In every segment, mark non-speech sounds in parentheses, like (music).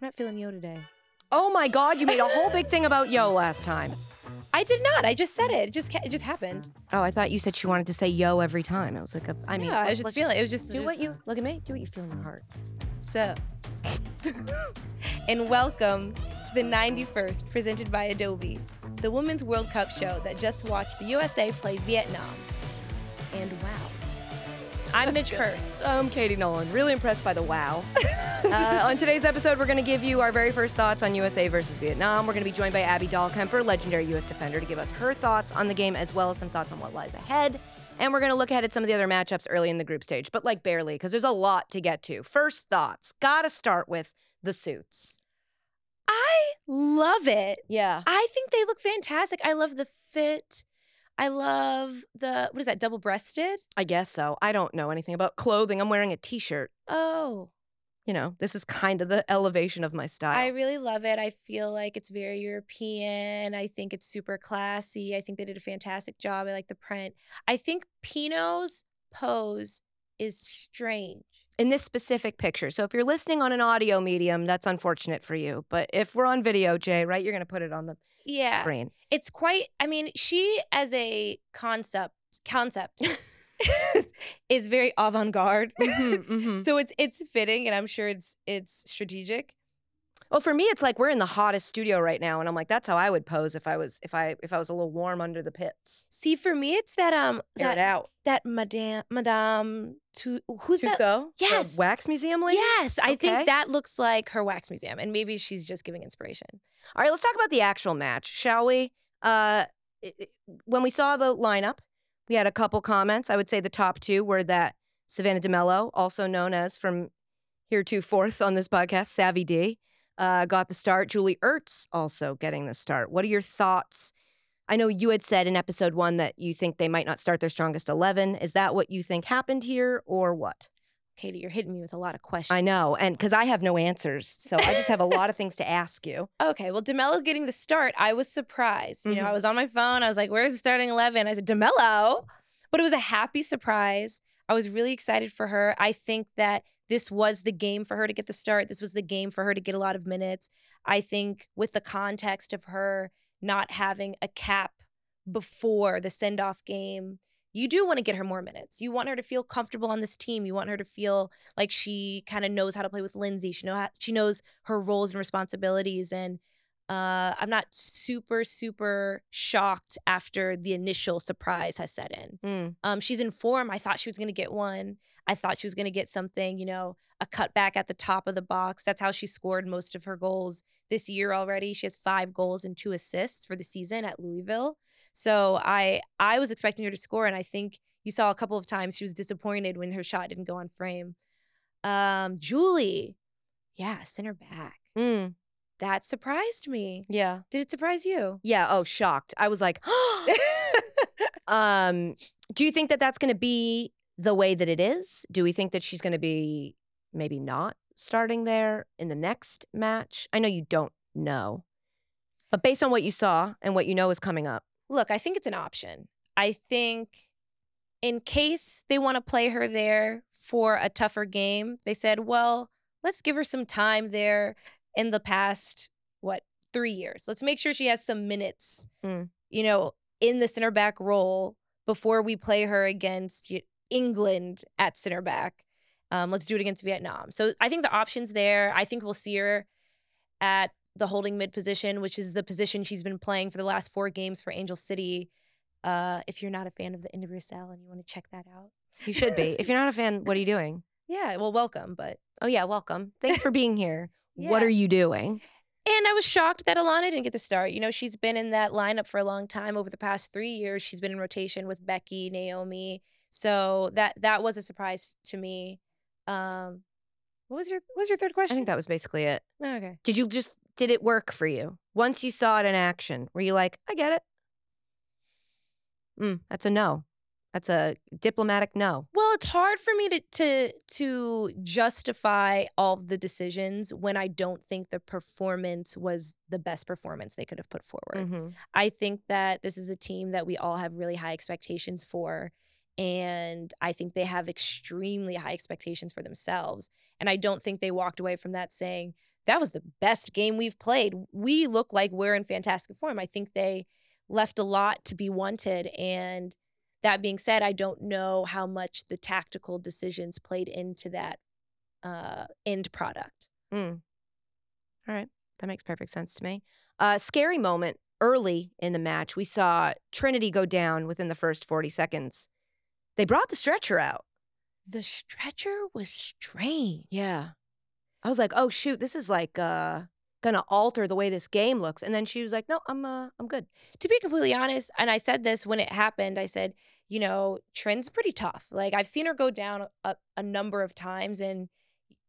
not feeling yo today. Oh my God, you made a whole big thing about yo last time. I did not. I just said it. It just ca- it just happened. Oh, I thought you said she wanted to say yo every time. I was like, a, I mean, yeah, I was let's just feeling. it was just do what just- you look at me. Do what you feel in your heart. So, (laughs) and welcome to the 91st presented by Adobe, the Women's World Cup show that just watched the USA play Vietnam. And wow. (laughs) I'm Mitch Purse. I'm Katie Nolan. Really impressed by the wow. (laughs) uh, on today's episode, we're going to give you our very first thoughts on USA versus Vietnam. We're going to be joined by Abby Dahlkemper, legendary U.S. defender, to give us her thoughts on the game as well as some thoughts on what lies ahead. And we're going to look ahead at some of the other matchups early in the group stage, but like barely, because there's a lot to get to. First thoughts. Got to start with the suits. I love it. Yeah. I think they look fantastic. I love the fit. I love the what is that? Double breasted? I guess so. I don't know anything about clothing. I'm wearing a t shirt. Oh, You know, this is kind of the elevation of my I style. really love it. I feel like it's very European. I think it's super classy. I think they did a fantastic job. I like the print. I think Pino's pose is strange. in this specific picture. So if you're listening on an audio medium, that's unfortunate for you. But if we're on video, Jay, right, you're going to put it on the Yeah. (laughs) screen. It's quite I mean, she as a concept (laughs) concept (laughs) is very avant-garde. Mhm, mhm. (laughs) So it's it's fitting and I'm sure it's it's strategic. Well, for me, it's like we're in the hottest studio right now, and I'm like, that's how I would pose if I was if I if I was a little warm under the pits. See, for me it's that um Air it that out. that madame madame Tu who's that Tuso? The Yes. wax museum lady. Yes, I Okay. think that looks like her wax museum, and maybe she's just giving inspiration. All right, let's talk about the actual match, shall we? Uh, it- it- when we saw the lineup, we had a couple comments. I would say the top two were that Savannah DeMello, also known as from heretofore on this podcast, Savvy D, uh, got the start. Julie Ertz also getting the start. What are your thoughts? I know you had said in episode one that you think they might not start their strongest 11. Is that what you think happened here or what? Katie, you're hitting me with a lot of questions. I know. And because I have no answers. So I just have a lot of things to ask you. okay, well, Demello getting the start, I was surprised. You know, I Mhm. was on my phone. I was like, "Where's the starting 11? I said, "Demello," but it was a happy surprise. I was really excited for her. I think that this was the game for her to get the start. This was the game for her to get a lot of minutes. I think with the context of her not having a cap before the send off game, you do want to get her more minutes. You want her to feel comfortable on this team. You want her to feel like she kind of knows how to play with Lindsay. She know how, she knows her roles and responsibilities. And uh, I'm not super super shocked after the initial surprise has set in. Mm. Um, she's in form. I thought she was going to get one. I thought she was going to get something, you know, a cutback at the top of the box. That's how she scored most of her goals this year already. She has five goals and two assists for the season at Louisville. So I I was expecting her to score, and I think you saw a couple of times she was disappointed when her shot didn't go on frame. Um, Julie, yeah, send her back. Mm. That surprised me. Yeah. Did it surprise you? (laughs) Yeah. Oh, shocked. I was like, (gasps) um, do you think that that's going to be the way that it is? Do we think that she's going to be maybe not starting there in the next match? I know you don't know, but based on what you saw and what you know is coming up, look, I think it's an option. I think in case they want to play her there for a tougher game, they said, well, let's give her some time there in the past, what, three years. Let's make sure she has some minutes, Mm. you know, in the center back role before we play her against y- England at center back. Um, let's do it against Vietnam. So I think the option's there. I think we'll see her at the holding mid position, which is the position she's been playing for the last four games for Angel City. Uh, if you're not a fan of the Individual and you want to check that out, you should be. if you're not a fan, what are you doing? yeah, well, welcome. But Oh, yeah. Welcome. Thanks for being here. What Yeah. are you doing? and I was shocked that Alana didn't get the start. You know, she's been in that lineup for a long time. Over the past three years, she's been in rotation with Becky, Naomi. So that that was a surprise to me. Um, what was your what was your third I question? think that was basically it. oh, okay. Did you just, did it work for you? Once you saw it in action, were you like, I get it? Mm, that's a no. That's a diplomatic no. Well, it's hard for me to to to justify all of the decisions when I don't think the performance was the best performance they could have put forward. Mhm. I think that this is a team that we all have really high expectations for. And I think they have extremely high expectations for themselves. And I don't think they walked away from that saying that was the best game we've played. We look like we're in fantastic form. I think they left a lot to be wanted. And that being said, I don't know how much the tactical decisions played into that uh, end product. Mm. All right. That makes perfect sense to me. Uh, scary moment early in the match. We saw Trinity go down within the first 40 seconds. They brought the stretcher out. The stretcher was strange. Yeah. I was like, oh, shoot, this is like uh, going to alter the way this game looks. And then she was like, no, I'm, uh, I'm good. To be completely honest, and I said this when it happened, I said, you know, Trin's pretty tough. Like I've seen her go down a, a number of times and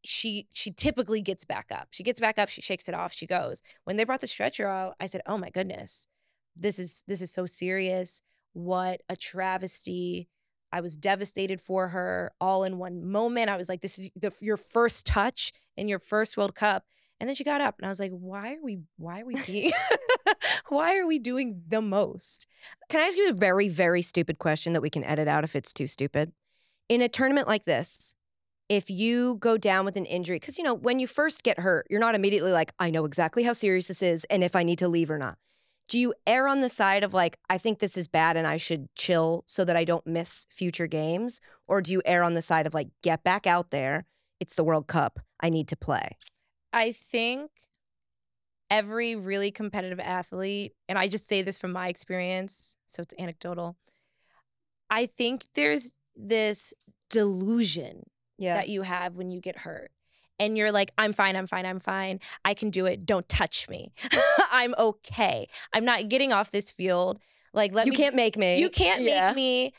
she she typically gets back up. She gets back up, she shakes it off, she goes. When they brought the stretcher out, I said, "Oh my goodness. This is this is so serious. What a travesty." I was devastated for her all in one moment. I was like, "This is the, your first touch in your first World Cup." And then she got up, and I was like, "Why are we why are we being, (laughs) why are we doing the most?" Can I ask you a very, very stupid question that we can edit out if it's too stupid? In a tournament like this, if you go down with an injury, because you know, when you first get hurt, you're not immediately like, I know exactly how serious this is and if I need to leave or not. Do you err on the side of like, I think this is bad and I should chill so that I don't miss future games? Or do you err on the side of like, get back out there? It's the World Cup. I need to play. I think every really competitive athlete, and I just say this from my experience, so it's anecdotal. I think there's this delusion Yeah. that you have when you get hurt. And you're like, I'm fine, I'm fine, I'm fine. I can do it. Don't touch me. (laughs) I'm okay. I'm not getting off this field. Like, let you me, can't make me. you can't Yeah. make me.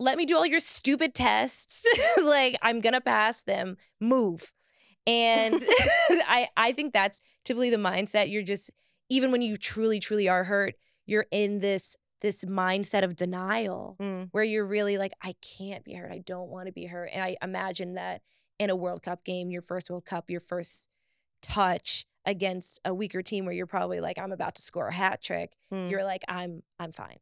Let me do all your stupid tests. (laughs) like, I'm gonna pass them. Move. (laughs) And (laughs) I I think that's typically the mindset. You're just even when you truly, truly are hurt, you're in this this mindset of denial Mm. where you're really like, I can't be hurt. I don't want to be hurt. And I imagine that in a World Cup game, your first World Cup, your first touch against a weaker team where you're probably like, I'm about to score a hat trick. Mm. You're like, I'm I'm fine.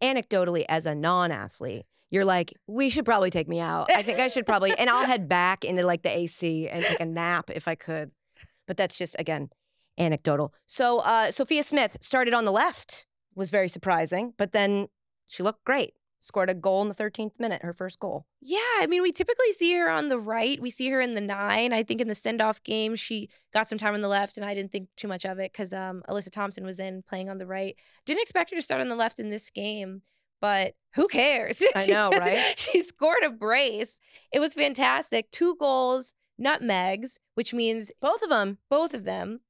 anecdotally as a non-athlete you're like we should probably take me out i think i should probably and i'll head back into like the ac and take a nap if i could but that's just again anecdotal so uh sophia smith started on the left was very surprising but then she looked great scored a goal in the 13th minute her first goal Yeah, I mean, we typically see her on the right. We see her in the nine. I think in the send off game, she got some time on the left, and I didn't think too much of it because um, Alyssa Thompson was in playing on the right. Didn't expect her to start on the left in this game, but who cares? (laughs) I She know, s- right? she scored a brace. It was fantastic. Two goals, nutmegs, which means both of them both of them,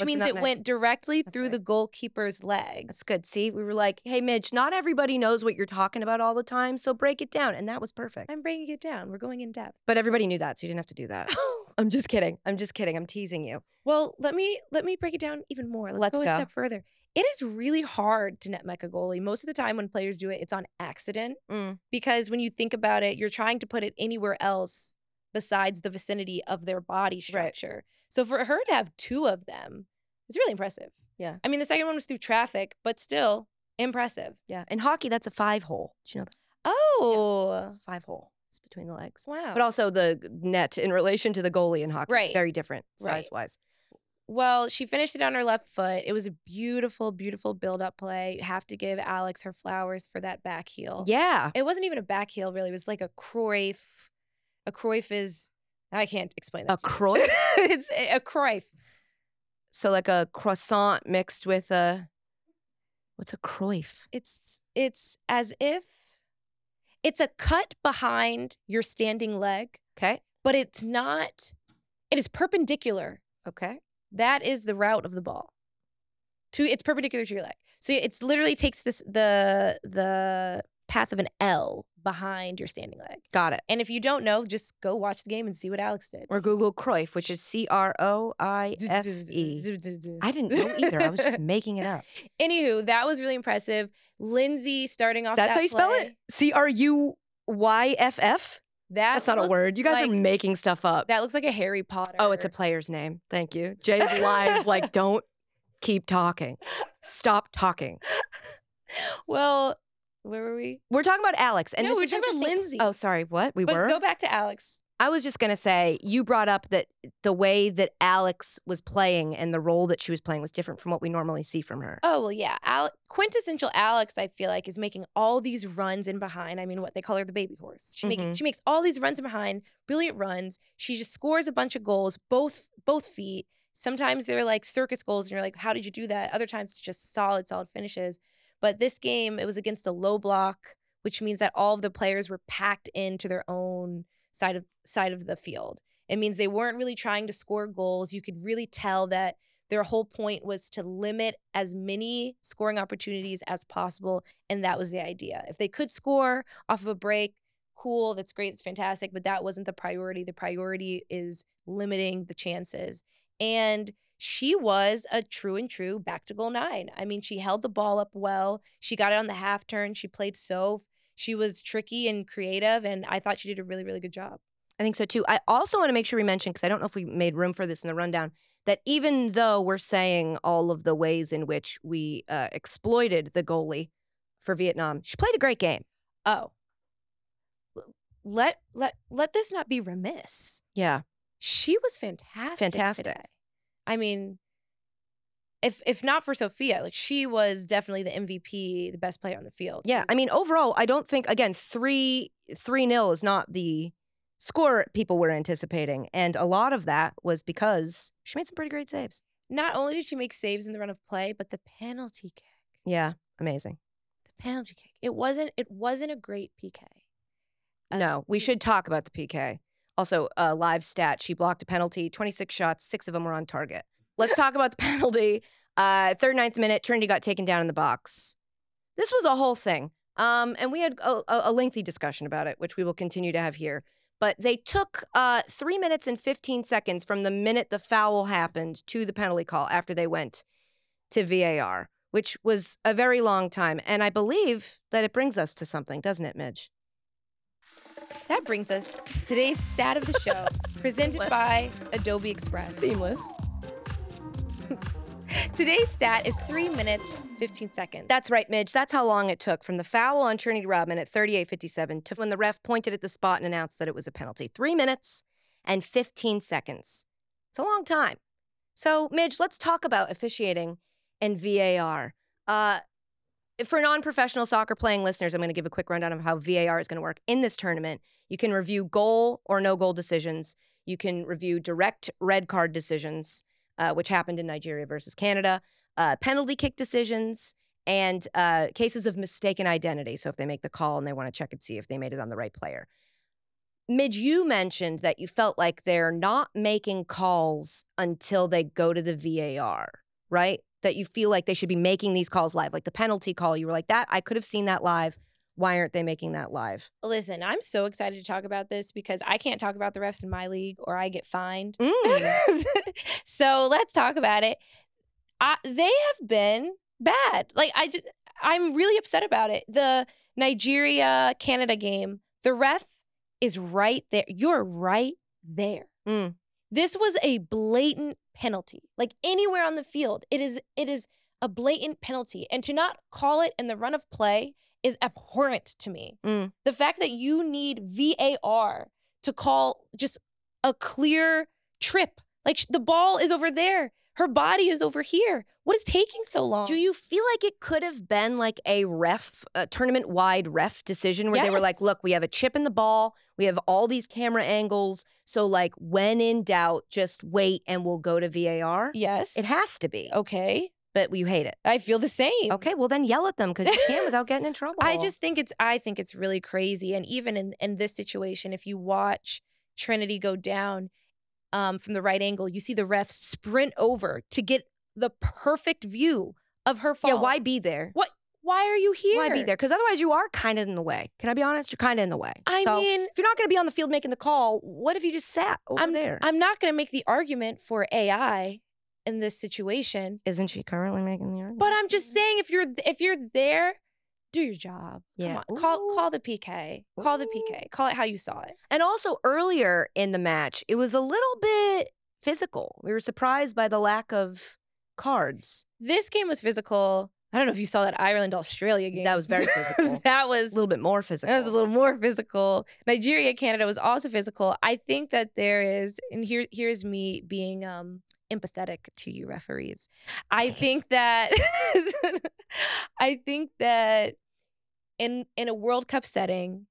What's a means it nutmeg? went directly through right. the goalkeeper's legs. that's good see we were like hey midge not everybody knows what you're talking about all the time so break it down and that was perfect I'm breaking it down. We're going in depth. (laughs) but everybody knew that so you didn't have to do that (laughs) i'm just kidding i'm just kidding i'm teasing you Well, let me let me break it down even more. Let's, Let's go, go. a step further. It is really hard to net mech a goalie. Most of the time when players do it, it's on accident Mm. because when you think about it, you're trying to put it anywhere else besides the vicinity of their body structure. So for her to have two of them, it's really impressive. Yeah. I mean, the second one was through traffic, but still impressive. Yeah. In hockey, that's a five hole. Do you know that? Oh, It's a Five hole. It's between the legs. wow. But also the net in relation to the goalie in hockey. Right. Very different Right. size wise. Well, she finished it on her left foot. It was a beautiful, beautiful build up play. You have to give Alex her flowers for that back heel. Yeah. It wasn't even a back heel, really. It was like a Cruyff. A Cruyff is, I can't explain A that. to you. croy. (laughs) it's a, a Cruyff. so like a croissant mixed with a what's a croif? It's it's as if it's a cut behind your standing leg, Okay. but it's not. It is perpendicular. Okay. That is the route of the ball. To it's perpendicular to your leg, so it's literally takes this the the path of an L behind your standing leg. Got it. And if you don't know, just go watch the game and see what Alex did. Or Google croif, which is C R O I F E. I didn't know either. I was (laughs) just making it up. Anywho, that was really impressive. Lindsay starting off. That's that how you spell play, it. C R U Y F F. That That's not a looks word. You guys are like- making stuff up. That looks like a Harry Potter. Oh, it's a player's name. Thank you. Jay's live, (laughs) like, don't keep talking. Stop talking. well. Where were we? We're talking about Alex. And No, this we were is talking about interesting- Lindsay. Oh, sorry. What? We but were? go back to Alex. I was just going to say, you brought up that the way that Alex was playing and the role that she was playing was different from what we normally see from her. Oh well, yeah. Al- quintessential Alex, I feel like, is making all these runs in behind. I mean, what they call her the baby horse. She making Mhm. she makes all these runs in behind, brilliant runs. She just scores a bunch of goals, both both feet. Sometimes they're like circus goals, and you're like, how did you do that? Other times it's just solid, solid finishes. But this game, it was against a low block, which means that all of the players were packed into their own side of side of the field. It means they weren't really trying to score goals. You could really tell that their whole point was to limit as many scoring opportunities as possible and that was the idea if they could score off of a break cool that's great it's fantastic but that wasn't the priority the priority is limiting the chances and she was a true and true back to goal nine i mean she held the ball up well she got it on the half turn she played so she was tricky and creative and i thought she did a really really good job I think so too. I also want to make sure we mention, because I don't know if we made room for this in the rundown, that even though we're saying all of the ways in which we uh, exploited the goalie for Vietnam, she played a great game. oh L- let let let this not be remiss Yeah. she was fantastic. Fantastic. today. I mean, if if not for Sophia, like she was definitely the MVP, the best player on the field. Yeah. I mean, overall, I don't think, again, three, three nil is not the score people were anticipating. And a lot of that was because she made some pretty great saves. not only did she make saves in the run of play, but the penalty kick, Yeah. Amazing. the penalty kick. It wasn't it wasn't a great PK. Uh, No, we should talk about the PK. Also, a live stat. She blocked a penalty, 26 shots, six of them were on target. Let's talk about the (laughs) penalty. Uh, 39th minute, Trinity got taken down in the box. This was a whole thing. Um, and we had a, a a lengthy discussion about it, which we will continue to have here. But they took uh, three minutes and 15 seconds from the minute the foul happened to the penalty call after they went to VAR, which was a very long time. And I believe that it brings us to something, doesn't it, Midge? That brings us to today's stat of the (laughs) show, presented by Adobe Express. Seamless. (laughs) Today's stat is three minutes fifteen seconds. That's right, Midge. That's how long it took from the foul on Trinity Rodman at 38:57 to when the ref pointed at the spot and announced that it was a penalty. Three minutes and 15 seconds. It's a long time. So, Midge, let's talk about officiating and VAR. Uh, for non-professional soccer playing listeners, I'm going to give a quick rundown of how VAR is going to work in this tournament. You can review goal or no goal decisions. You can review direct red card decisions, uh, which happened in Nigeria versus Canada. Uh, penalty kick decisions and uh, cases of mistaken identity. So if they make the call and they want to check and see if they made it on the right player. Midge, you mentioned that you felt like they're not making calls until they go to the VAR, right? That you feel like they should be making these calls live, like the penalty call. You were like, that, I could have seen that live. Why aren't they making that live? Listen, I'm so excited to talk about this because I can't talk about the refs in my league or I get fined. Mm. (laughs) so let's talk about it. I, they have been bad. Like I just, I'm really upset about it. The Nigeria Canada game, the ref is right there. You're right there. Mm. This was a blatant penalty. Like anywhere on the field, it is it is a blatant penalty and to not call it in the run of play is abhorrent to me. Mm. The fact that you need VAR to call just a clear trip. Like sh- the ball is over there. Her body is over here. What is taking so long? Do you feel like it could have been like a ref, a tournament wide ref decision where they were like, Yes. look, we have a chip in the ball, we have all these camera angles. So, like, when in doubt, just wait and we'll go to VAR? Yes. Oh. It has to be, okay. but you hate it. I feel the same. Okay, well, then yell at them because you can without getting in trouble. (laughs) I just think it's I think it's really crazy. And even in, in this situation, if you watch Trinity go down um, from the right angle, you see the ref sprint over to get the perfect view of her fall. Yeah, why be there? Why are you here? Why be there? Because otherwise, you are kind of in the way. Can I be honest? You're kind of in the way. I So, mean, if you're not going to be on the field making the call, what if you just sat over I'm there? I'm not going to make the argument for AI in this situation, Isn't she currently making the argument? but I'm just saying if you're if you're there, do your job. Yeah. Come on. Call Ooh. call the PK. Call the Ooh. PK. Call it how you saw it. And also earlier in the match, it was a little bit physical. We were surprised by the lack of cards. This game was physical. I don't know if you saw that Ireland Australia game. That was very (laughs) physical. that was A little bit more physical. That was a little more physical. Nigeria, Canada was also physical. I think that there is, and here here's me being um empathetic to you referees. (laughs) I think that (laughs) I think that in in a World Cup setting,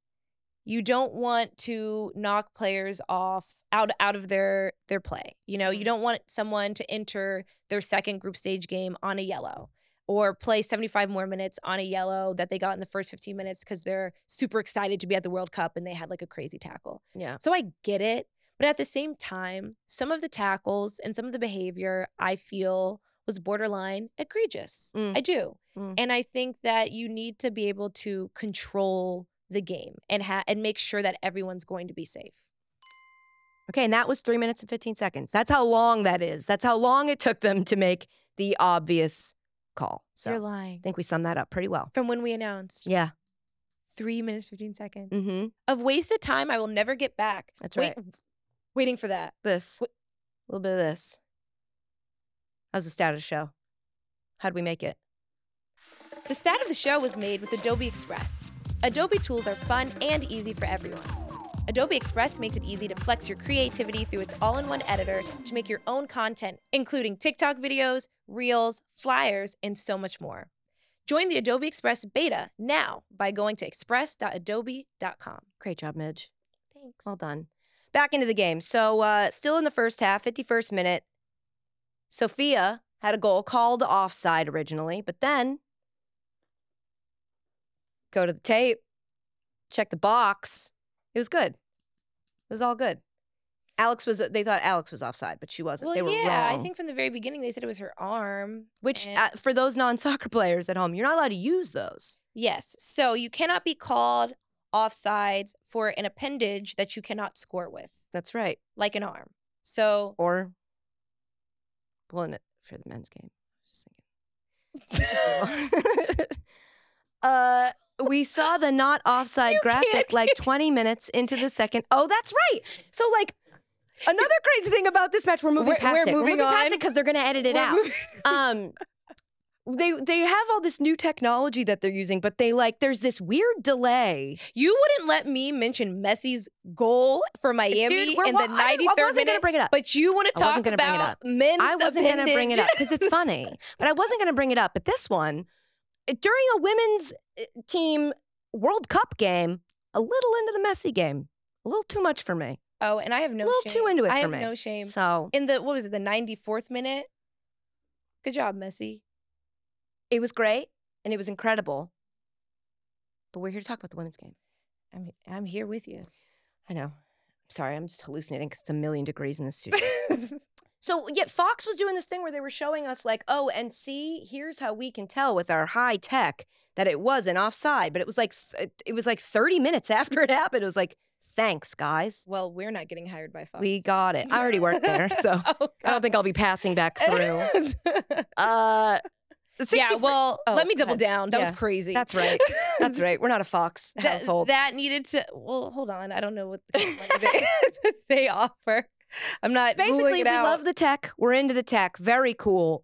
you don't want to knock players off out out of their their play. You know, you don't want someone to enter their second group stage game on a yellow or play 75 more minutes on a yellow that they got in the first 15 minutes because they're super excited to be at the World Cup and they had like a crazy tackle. Yeah. So I get it. But at the same time, some of the tackles and some of the behavior I feel was borderline egregious. Mm. I do. Mm. And I think that you need to be able to control the game and ha- and make sure that everyone's going to be safe. Okay, and that was three minutes and 15 seconds. That's how long that is. That's how long it took them to make the obvious call. So You're I lying. think we summed that up pretty well. From when we announced, Yeah. 3 minutes 15 seconds Mm-hmm. of wasted time I will never get back. That's Wait- right. Waiting for that. This. Wh- A little bit of this. How's the status show? How'd we make it? The stat of the show was made with Adobe Express. Adobe tools are fun and easy for everyone. Adobe Express makes it easy to flex your creativity through its all in one editor to make your own content, including TikTok videos, Reels, flyers, and so much more. Join the Adobe Express beta now by going to express.adobe.com. Great job, Midge. Thanks. Well done. Back into the game. So, uh, still in the first half, 51st minute, Sophia had a goal called offside originally, but then go to the tape, check the box. It was good. It was all good. Alex was, they thought Alex was offside, but she wasn't. Well, they were yeah, wrong. I think from the very beginning they said it was her arm. Which, and- uh, for those non soccer players at home, you're not allowed to use those. Yes. So you cannot be called offsides for an appendage that you cannot score with, That's right. like an arm. So Or, well, in- for the men's game. I was just thinking. (laughs) (laughs) uh, we saw the not offside You graphic can't like 20 minutes into the second. Oh, that's right. So, like, another crazy thing about this match, we're moving We're- past we're it. we're moving moving past on. it because they're going to edit it We're out. moving- um, (laughs) they they have all this new technology that they're using, but they like there's this weird delay. you wouldn't let me mention Messi's goal for Miami Dude, we're in wa- the I, I 93rd wasn't gonna minute. bring it up. But you want to I wasn't talk gonna bring it about up. men's I wasn't going to bring it up appendage. because it's funny, but I wasn't going to bring it up. But this one, uh, during a women's uh, team World Cup game, a little into the messy game, a little too much for me. Oh, and I have no Little too shame. into it I for have me. no shame. So In the, what was it, the 94th minute? Good job, Messi. it was great and it was incredible. But we're here to talk about the women's game. I'm, I'm here (laughs) with you. I know. Sorry, I'm just hallucinating because it's a million degrees in the studio. So yeah, Fox was doing this thing where they were showing us like, oh, and see, here's how we can tell with our high tech that it wasn't offside, but it was like th- it- it was like 30 minutes (laughs) after it happened. It was like, thanks, guys, well, we're not getting hired by Fox. we got it. I already work (laughs) there, so Oh, I don't think I'll be (laughs) passing back through. Uh, yeah, 64 well, Oh, let me go double ahead. down. That Yeah, was crazy. that's right. (laughs) (laughs) That's right. We're not a Fox That- household. That, needed to. Well, hold on. I don't know what the kind of money they, (laughs) they offer. I'm not. Basically, ruling it we out. love the tech. We're into the tech. Very cool.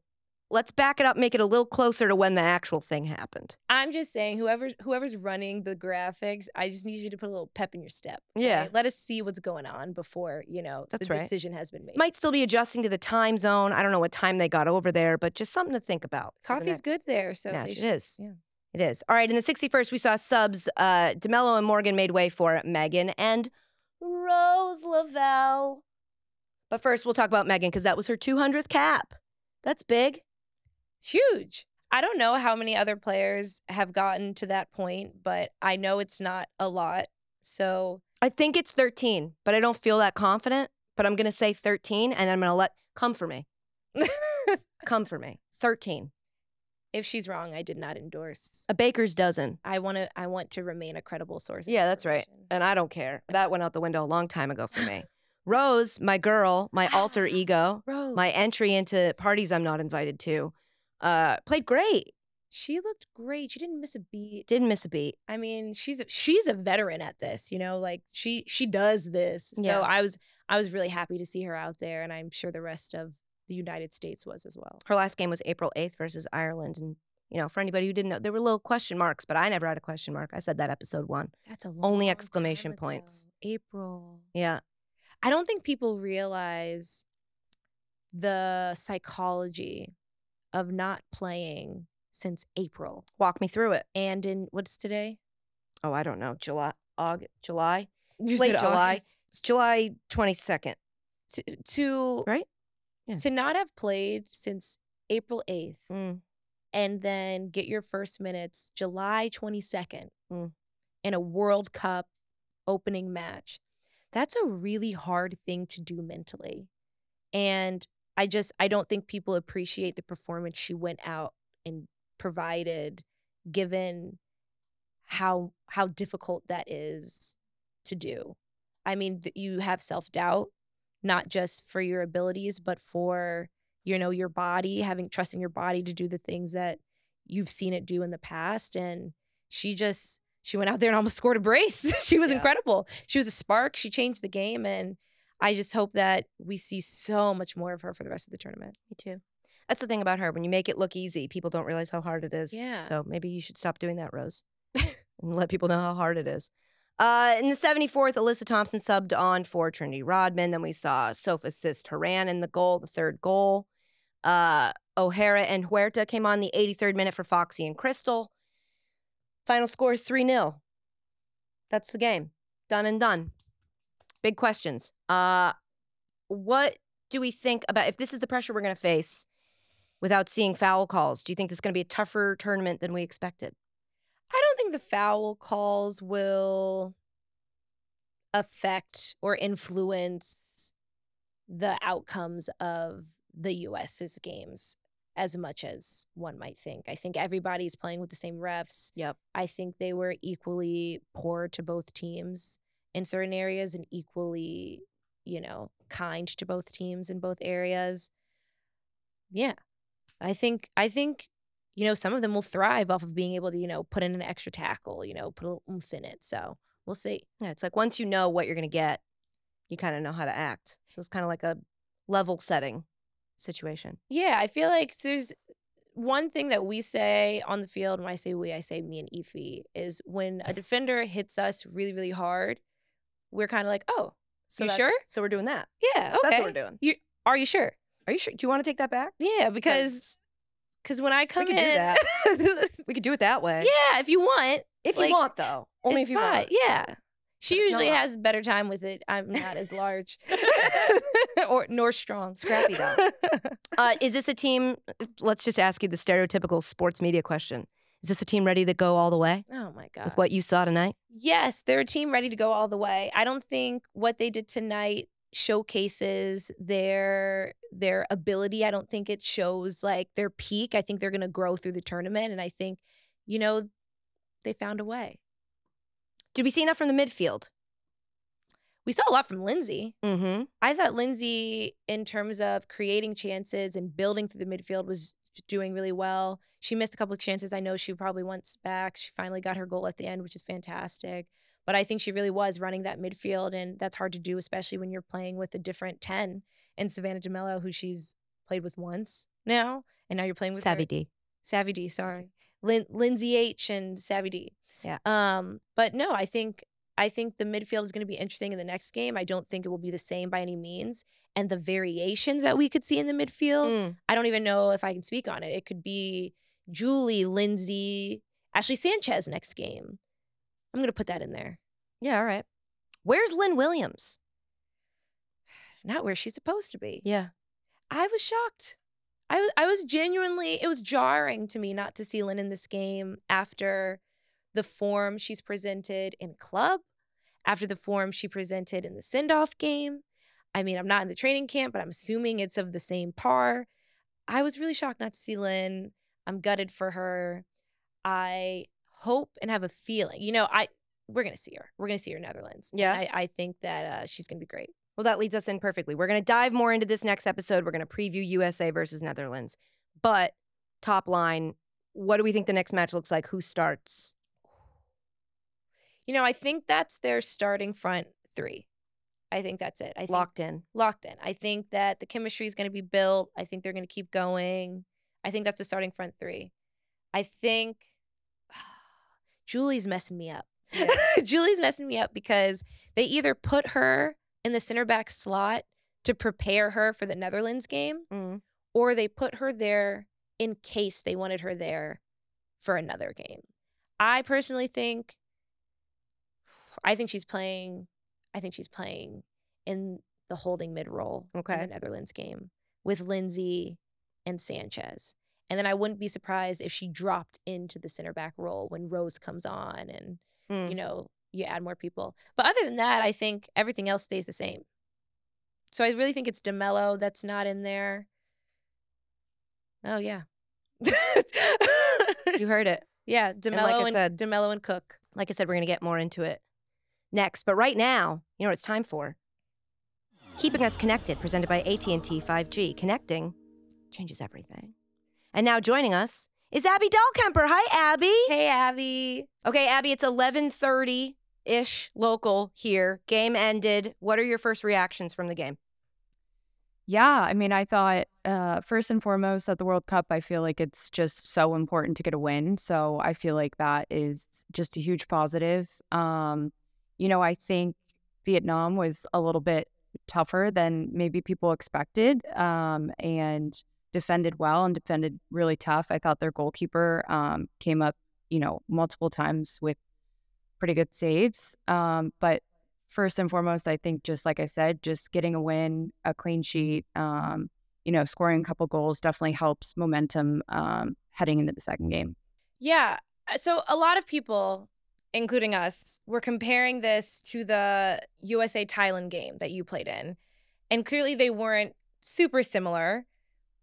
Let's back it up, make it a little closer to when the actual thing happened. I'm just saying, whoever's whoever's running the graphics, I just need you to put a little pep in your step. Yeah. right? Let us see what's going on before you know That's the right. decision has been made. might still be adjusting to the time zone. I don't know what time they got over there, but just something to think about. for the Coffee's next good there, so they match. It should- is. yeah. It is. All right. In the 61st, we saw subs. Uh, DeMello and Morgan made way for Megan and Rose Lavelle. But first, we'll talk about Megan because that was her 200th cap. That's big. It's huge. I don't know how many other players have gotten to that point, but I know it's not a lot. So I think it's 13, but I don't feel that confident. But I'm going to say 13 and I'm going to let come for (laughs) me. Come for me. 13. if she's wrong, I did not endorse. A baker's dozen. I want to. I want to remain a credible source. of Yeah, that's right. information. and I don't care. That went out the window a long time ago for me. Rose, my girl, my alter ego, Rose, my entry into parties I'm not invited to, uh, played great. she looked great. She didn't miss a beat. Didn't miss a beat. I mean, she's a, she's a veteran at this, you know, like she she does this. Yeah. So I was I was really happy to see her out there and I'm sure the rest of the United States was as well. Her last game was April 8th versus Ireland, and you know, for anybody who didn't know, there were little question marks, but I never had a question mark. I said that episode one. That's a Only long exclamation time points. ago. April. Yeah. I don't think people realize the psychology of not playing since April. Walk me through it. And in what's today? Oh, I don't know. July, August, July. You Late said July. August. It's July 22nd. To, to Right? Yeah. to not have played since April 8th Mm. and then get your first minutes July 22nd Mm. in a World Cup opening match. That's a really hard thing to do mentally. And I just I don't think people appreciate the performance she went out and provided given how how difficult that is to do. I mean, th- you have self-doubt not just for your abilities but for you know your body having trusting your body to do the things that you've seen it do in the past and she just she went out there and almost scored a brace (laughs) she was Yeah. incredible she was a spark she changed the game and i just hope that we see so much more of her for the rest of the tournament Me too. That's the thing about her. When you make it look easy, people don't realize how hard it is. Yeah. So maybe you should stop doing that, Rose, and let people know how hard it is. Uh, in the 74th, Alyssa Thompson subbed on for Trinity Rodman. Then we saw Sofa assist Haran in the goal, the third goal. Uh, O'Hara and Huerta came on the 83rd minute for Foxy and Crystal. Final score 3 0. That's the game. Done and done. Big questions. Uh, what do we think about if this is the pressure we're going to face without seeing foul calls? Do you think this is going to be a tougher tournament than we expected? i don't think the foul calls will affect or influence the outcomes of the us's games as much as one might think i think everybody's playing with the same refs Yep. I think they were equally poor to both teams in certain areas and equally, you know, kind to both teams in both areas. Yeah. I think I think you know some of them will thrive off of being able to, you know, put in an extra tackle, you know, put a little oomph in it. So, we'll see. Yeah, it's like once you know what you're going to get, you kind of know how to act. So it's kind of like a level setting situation. Yeah, I feel like there's one thing that we say on the field. When I say we, I say me and Ify is when a defender hits us really, really hard, we're kind of like, oh, So You that's- sure? So we're doing that. yeah, okay. That's what we're doing. Are you sure? Are you sure? Do you want to take that back? Yeah, because because when I come could in, do (laughs) We could do it that way. yeah, if you want, If like, you want, though. Only it's if you fine. want. Yeah, she It's usually not. has better time with it. I'm not (laughs) as large (laughs) or nor strong. Scrappy (laughs) dog. Uh, is this a team? Let's just ask you the stereotypical sports media question. Is this a team ready to go all the way oh my god. with what you saw tonight? Yes, they're a team ready to go all the way. I don't think what they did tonight showcases their their ability. I don't think it shows like their peak. I think they're going to grow through the tournament and I think you know they found a way. Did we see enough from the midfield? We saw a lot from Lindsay. Mm-hmm. I thought Lindsay, in terms of creating chances and building through the midfield, was doing really well. She missed a couple of chances. I know she probably wants back. She finally got her goal at the end, which is fantastic. But I think she really was running that midfield, and that's hard to do, especially when you're playing with a different 10 and Savannah DeMello, who she's played with once now, and now you're playing with her- Savvy D. Savvy D, sorry. Lin- Lindsay H and Savvy D. Yeah. Um, but no, I think I think the midfield is going to be interesting in the next game. I don't think it will be the same by any means. And the variations that we could see in the midfield, Mm. I don't even know if I can speak on it. It could be Julie, Lindsay, Ashley Sanchez next game. I'm going to put that in there. Yeah, all right. Where's Lynn Williams? Not where she's supposed to be. Yeah. I was shocked. I was I was genuinely it was jarring to me not to see Lynn in this game after the form she's presented in club, after the form she presented in the send-off game. I mean, I'm not in the training camp, but I'm assuming it's of the same par. I was really shocked not to see Lynn. I'm gutted for her. I hope and have a feeling. You know, I we're gonna see her. We're gonna see her in Netherlands. Yeah. I, I think that uh, she's gonna be great. Well, that leads us in perfectly. We're going to dive more into this next episode. We're going to preview USA versus Netherlands. But top line, what do we think the next match looks like? Who starts? You know, I think that's their starting front three. I think that's it. I think Locked in. locked in. I think that the chemistry is going to be built. I think they're going to keep going. I think that's the starting front three. I think (sighs) Julie's messing me up. (laughs) Yeah. Julie's messing me up because they either put her in the center back slot to prepare her for the Netherlands game, Mm. or they put her there in case they wanted her there for another game. I personally think I think she's playing I think she's playing in the holding mid role in Okay. the Netherlands game with Lindsay and Sanchez. And then I wouldn't be surprised if she dropped into the center back role when Rose comes on and Mm. you know, you add more people. But other than that, I think everything else stays the same. So I really think it's DeMello that's not in there. Oh yeah. (laughs) You heard it. yeah, like I DeMello and, said- DeMello and Cook. Like I said, we're going to get more into it next. But right now, you know what it's time for? Keeping us connected, presented by AT&T 5G. Connecting changes everything. And now joining us is Abby Dahlkemper. Hi, Abby. Hey Abby. Okay, Abby, it's 11:30 ish local here. Game ended. What are your first reactions from the game? Yeah, I mean, I thought uh, first and foremost at the World Cup, I feel like it's just so important to get a win. So I feel like that is just a huge positive. Um, you know, I think Vietnam was a little bit tougher than maybe people expected um, and defended well and defended really tough. I thought their goalkeeper um, came up, you know, multiple times with pretty good saves. Um, but first and foremost, I think just like I said, just getting a win, a clean sheet, um, you know, scoring a couple goals definitely helps momentum um, heading into the second game. Yeah. uh, So a lot of people, including us, were comparing this to the USA Thailand game that you played in. And clearly they weren't super similar.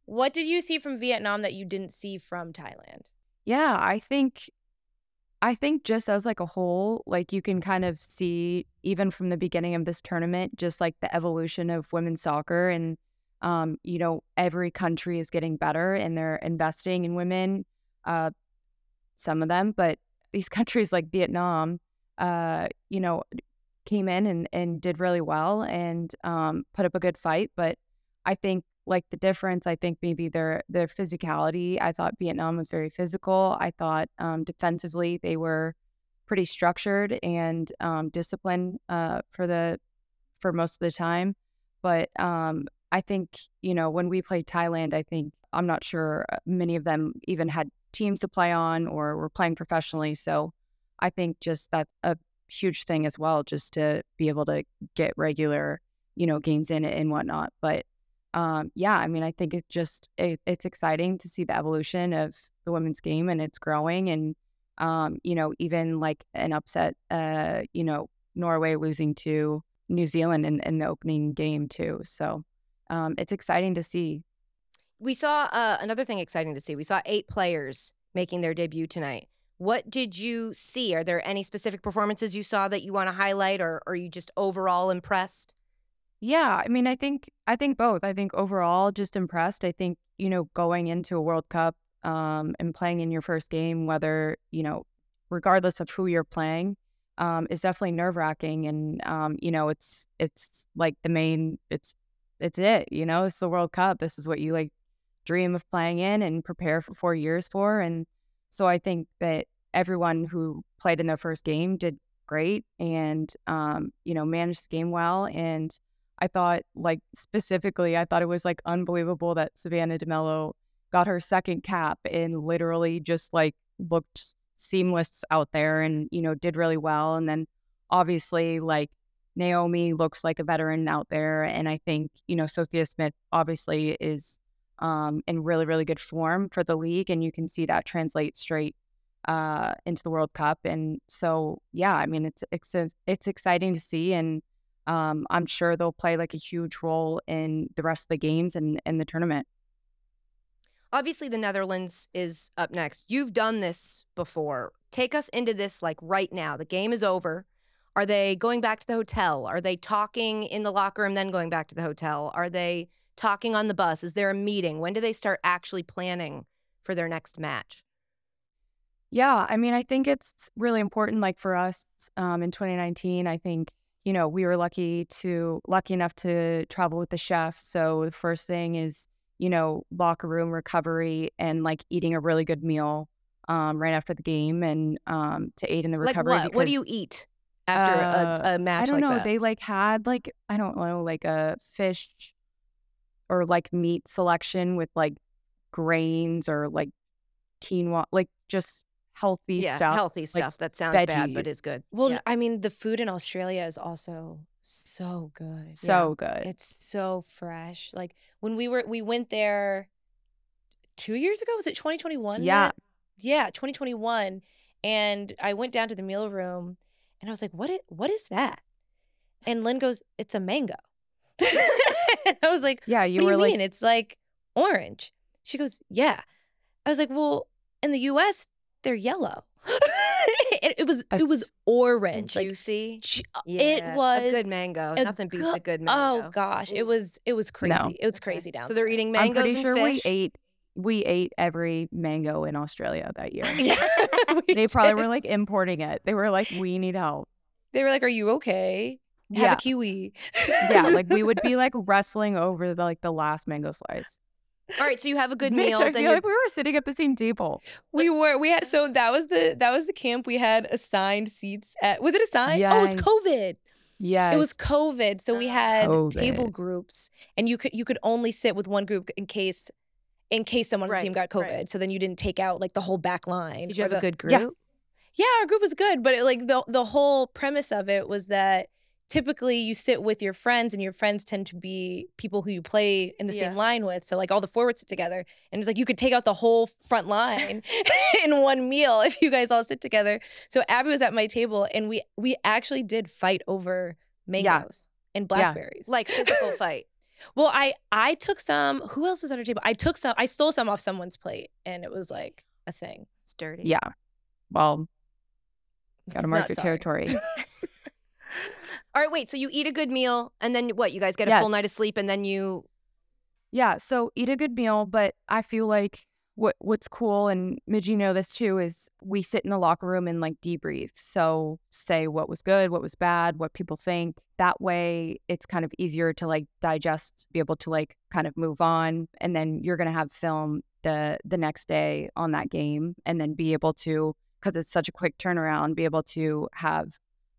What did you see from Vietnam that you didn't see from Thailand? Yeah, I think I think just as like a whole, like you can kind of see even from the beginning of this tournament, just like the evolution of women's soccer and um, you know, every country is getting better and they're investing in women, uh some of them, but these (laughs) countries like Vietnam, uh, you know, came in and, and did really well and um, put up a good fight. But I think like the difference, I think maybe their their physicality. I thought Vietnam was very physical. I thought um, defensively they were pretty structured and um, disciplined uh, for the for most of the time. But um, I think you know when we played Thailand, I think I'm not sure uh, many of them even had teams to play on or were playing professionally. So I think just that's a huge thing as well, just to be able to get regular you know games in and whatnot. But um, yeah, I mean, I think it just it, it's exciting to see the evolution of the women's game and it's growing. And um, you know, even like an upset, uh, you know, Norway losing to New Zealand in, in the opening game too. So um, it's exciting to see. We saw uh, another thing exciting to see. We saw eight players making their debut tonight. What did you see? Are there any specific performances you saw that you want to highlight, or are you just overall impressed? Yeah, I mean, I think I think both. I think overall, just impressed. I think you know, going into a World Cup um, and playing in your first game, whether you know, regardless of who you're playing, um, is definitely nerve wracking. And um, you know, it's it's like the main. It's it's it. You know, it's the World Cup. This is what you like dream of playing in and prepare for four years for. And so I think that everyone who played in their first game did great and um, you know managed the game well and I thought, like specifically, I thought it was like unbelievable that Savannah DeMello got her second cap and literally just like looked seamless out there and, you know, did really well. And then obviously, like Naomi looks like a veteran out there. And I think, you know, Sophia Smith obviously is um, in really, really good form for the league. And you can see that translate straight uh, into the World Cup. And so, yeah, I mean, it's, it's, it's exciting to see. And, um, I'm sure they'll play like a huge role in the rest of the games and, and the tournament. Obviously, the Netherlands is up next. You've done this before. Take us into this like right now. The game is over. Are they going back to the hotel? Are they talking in the locker room, then going back to the hotel? Are they talking on the bus? Is there a meeting? When do they start actually planning for their next match? Yeah, I mean, I think it's really important. Like for us um, in 2019, I think you know we were lucky to lucky enough to travel with the chef. So the first thing is you know locker room recovery and like eating a really good meal um, right after the game and um, to aid in the Like recovery. what? What do you because- Uh, eat after a, a match I don't like know. that? They like had like I don't know like a fish or like meat selection with like grains or like quinoa, like just healthy yeah, stuff. healthy stuff. that sounds bad, but veggies. it's good. Well, Yeah. I mean, the food in Australia is also so good. so good. It's so fresh. Like when we were, we went there two years ago. Was it 2021? Yeah. yet? Yeah, 2021. And I went down to the meal room and I was like, what, i- what is that? And Lynn goes, it's a mango. (laughs) I was like, Yeah, you what were do you like mean? It's like orange. She goes, yeah. I was like, well, in the U.S., they're yellow. (laughs) it, it was it was That's- orange. Like oh Juicy. ju- Yeah, it was a good mango. a Nothing beats go- a good mango. Oh gosh, it Ooh. was it was crazy. It was Okay. crazy down. So they're (laughs) eating I'm mangoes pretty and sure we fish. ate we ate every mango in Australia (laughs) that year. there. (laughs) Yeah, we they probably did. were like importing it. They were like, we need help. They were like, "Are you okay? Have yeah. a E." kiwi." yeah. Like (laughs) we would be like wrestling over the, like the last mango slice. All right, so you have a (laughs) good Mitch, meal. I then feel you're- like we were sitting at the same table. (laughs) we were. We had so that was the that was the camp. We had assigned seats at. Was it assigned? Oh, it was Yes. COVID. Yeah. It was COVID, so we Oh. had table COVID. groups, and you could you could only sit with one group in case in case someone on the Right, team got COVID. right. So then you didn't take out like the whole back line. Did you or have a the- good group? yeah. Yeah, our group was good, but it, like the the whole premise of it was that typically you sit with your friends, and your friends tend to be people who you play in the Yeah. same line with. So like all the forwards sit together, and it's like you could take out the whole front line (laughs) in one meal if you guys all sit together. So Abby was at my table, and we we actually did fight over mangoes and blackberries. Like (laughs) physical fight. well, I I took some. Who else was at our table? I took some. I stole some off someone's plate, and it was like a thing. It's dirty. Yeah. Well, gotta mark Not your sorry. territory. All right, wait. So you eat a good meal, and then what? You guys get a full Yes. night of sleep, and then you. Yeah, so eat a good meal, but I feel like what what's cool and Midge, you know this too, is we sit in the locker room and like debrief. So say what was good, what was bad, what people think. That way it's kind of easier to like digest, be able to like kind of move on. And then you're gonna have film the the next day on that game and then be able to because it's such a quick turnaround, be able to have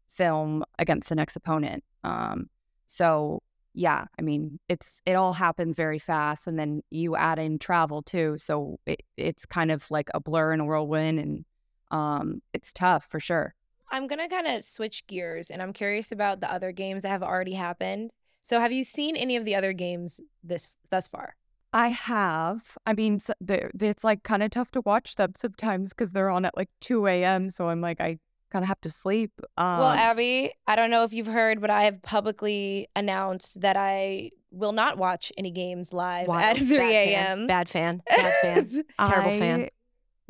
film against the next opponent. Um so yeah, I mean, it's it all happens very fast, and then you add in travel too, so it, it's kind of like a blur and a whirlwind, and um, it's tough for sure. I'm gonna kind of switch gears, and I'm curious about the other games that have already happened. So, have you seen any of the other games this thus far? I have, I mean, s- they're- it's like kind of tough to watch them sometimes because they're on at like two a.m., so I'm like, I kind of have to sleep. Um, well, Abby, I don't know if you've heard, but I have publicly announced that I will not watch any games live Wild. at (laughs) 3 Oh, Bad fan. a.m. Bad fan. Bad (laughs) fan. terrible fan. I-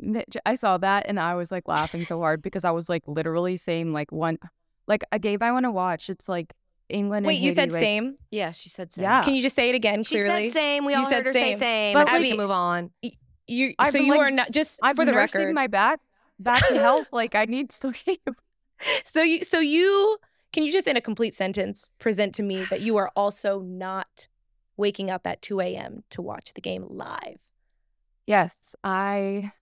Mitch, I saw that and I was like laughing so hard because I was like literally saying like one, like a game I want to watch. It's like England. Wait, and you Haiti, said right? same? Yeah, she said same. Yeah. Can you just say it again She clearly? said same. We You all said heard her same. say same. But I think we like- can move on. You I've so been, you like- are not just I've for the nursing record. my back back to health. Like I need (laughs) sleep. so you so you can you just in a complete sentence present to me that you are also not waking up at 2 a.m. to watch the game live? Yes, I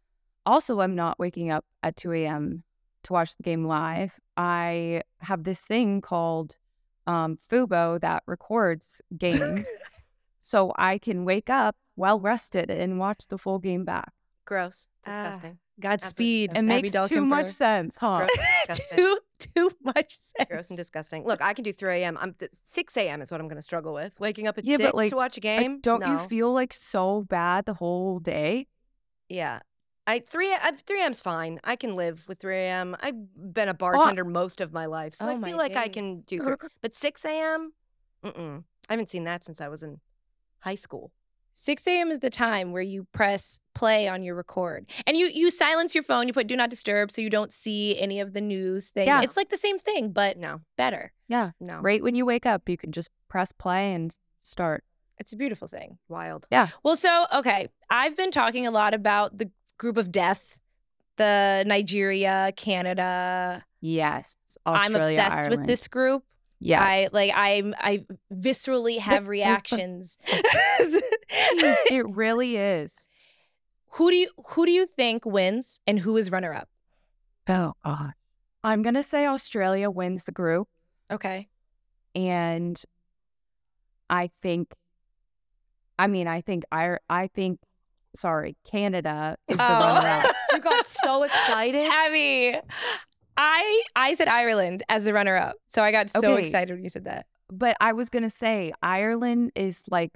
also am not waking up at 2 a.m. to watch the game live. I have this thing called um, Fubo that records (laughs) games, so I can wake up well rested and watch the full game back. Gross. Ah. (laughs) Disgusting. Godspeed. It Abby makes too much sense, huh? Gross. and disgusting. too too much sense. Gross and disgusting. Look, I can do 3 a.m. I'm th- 6 a.m. is what I'm going to struggle with. Waking up at Yeah, but, 6 like, to watch a Like, game. don't you No. feel like so bad the whole day? Yeah. I three I, three M's fine. I can live with three AM. I've been a bartender most of my life, so Oh I my feel like I can days. do three. (laughs) But six AM, mm-mm. I haven't seen that since I was in high school. 6 a.m. is the time where you press play on your record. And you you silence your phone, you put do not disturb so you don't see any of the news things. Yeah. It's like the same thing, but No, better. Yeah, no, right when you wake up, you can just press play and start. It's a beautiful thing. wild. Well, so okay, I've been talking a lot about the group of death, the Nigeria, Canada. Yes, Australia, I'm obsessed with Ireland. this group. Yes, I like I'm I (laughs) viscerally have reactions. it really is. (laughs) Who do you who do you think wins and who is runner up? Oh God. I'm gonna say Australia wins the group, Okay. and I think. I mean, I think I I think. Sorry, Canada is the Oh. (laughs) runner-up. You got so excited. Abby, I I said Ireland as the runner up, so I got so Okay. excited when you said that. But I was gonna say Ireland is like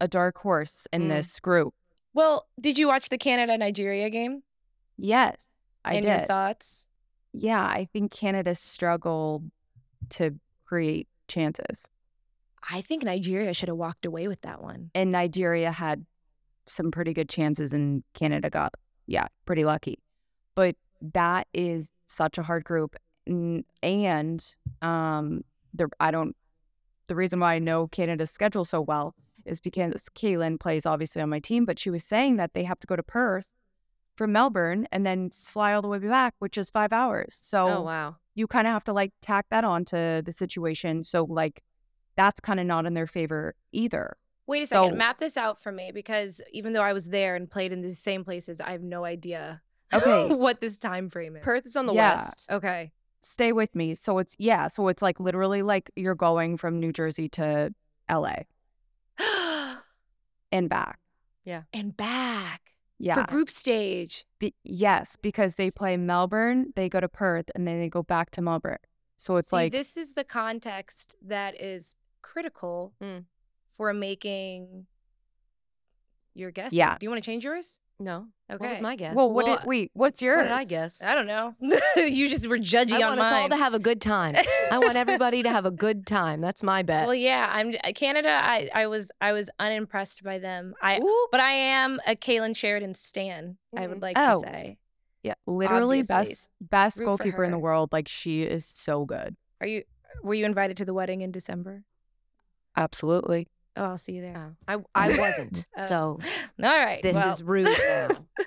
a dark horse in Mm. this group. Well, did you watch the Canada Nigeria game? Yes, I and did. your thoughts? yeah, I think Canada struggled to create chances, I think Nigeria should have walked away with that one. and Nigeria had some pretty good chances, and Canada got yeah pretty lucky. But that is such a hard group, N- and um, the I don't the reason why I know Canada's schedule so well is because Kaylin plays obviously on my team, but she was saying that they have to go to Perth from Melbourne and then fly all the way back, which is five hours. So Oh wow. you kind of have to like tack that onto the situation. So like that's kind of not in their favor (laughs) either. Wait a So- second, map this out for me because even though I was there and played in the same places, I have no idea (laughs) Okay. what this time frame is. Perth is on the Yeah. west. Okay. Stay with me. So it's yeah, so it's like literally like you're going from New Jersey to LA and back. (gasps) and back Yeah. for group stage. Be- yes, because they play Melbourne, they go to Perth and then they go back to Melbourne. So it's See, like this is the context that is critical Mm. for making your guesses. Yeah. Do you want to change yours? No. Okay. What was my guess? well, what Well, did, wait, what's yours? what did I guess? I don't know. (laughs) you just were judgy I on want us all mine. to have a good (laughs) time. I want everybody to have a good time. That's my bet. well, yeah, I'm uh, Canada. I, I was I was unimpressed by them. I Ooh. but I am a Kaylin Sheridan stan. I would Mhm. like Oh, to say. Yeah, literally Obviously, best best root for goalkeeper in the her. world. Like she is so good. Are you were you invited to the wedding in December? Absolutely. Oh, I'll see you there. Oh, I I (laughs) wasn't. Oh. so All right. this well, is rude. now. (laughs)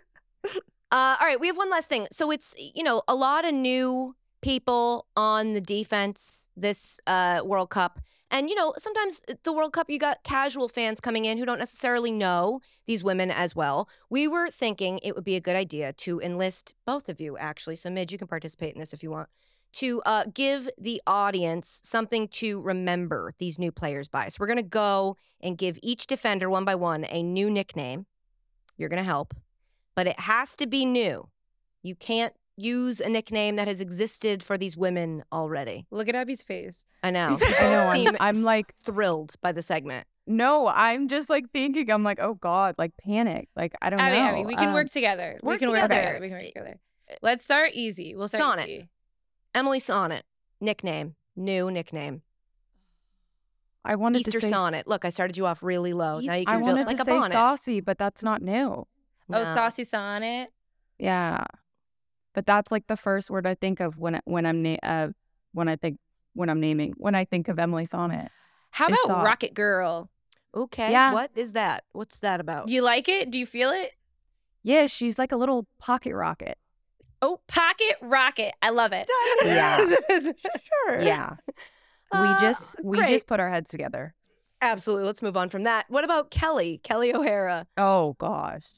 uh, all right, we have one last thing. So it's you know a lot of new people on the defense this uh, World Cup, and you know sometimes uh, the World Cup you got casual fans coming in who don't necessarily know these women as well. We were thinking it would be a good idea to enlist both of you actually. So Midge, you can participate in this if you want. To uh, give the audience something to remember these new players by. So, we're gonna go and give each defender one by one a new nickname. You're going to help, but it has to be new. You can't use a nickname that has existed for these women already. look at Abby's face. I know. I (laughs) I People know. seem I'm, I'm like thrilled by the segment. No, I'm just like thinking. I'm like, oh God, like panic. Like I don't Abby, know. Abby, we can Um, work together. we work can work together. together. We can work together. Let's start easy. We'll start Sonnet. easy. Emily Sonnet, nickname, new nickname. I wanted Easter to say s- Sonnet. Look, I started you off really low. Now you Easter I can build wanted like to a say bonnet. saucy, but that's not new. Oh, No. saucy sonnet. Yeah, but that's like the first word I think of when I- when I'm na- uh, when I think when I'm naming when I think of Emily Sonnet. How It's about soft. Rocket Girl? Okay. Yeah. What is that? What's that about? (laughs) You like it? Do you feel it? Yeah, she's like a little pocket rocket. Oh, Pocket Rocket. I love it. (laughs) That sure. (laughs) Yeah, Uh, we just we great. just put our heads together. Absolutely. Let's move on from that. What about Kelly? Kelly (laughs) O'Hara. (laughs) Oh gosh,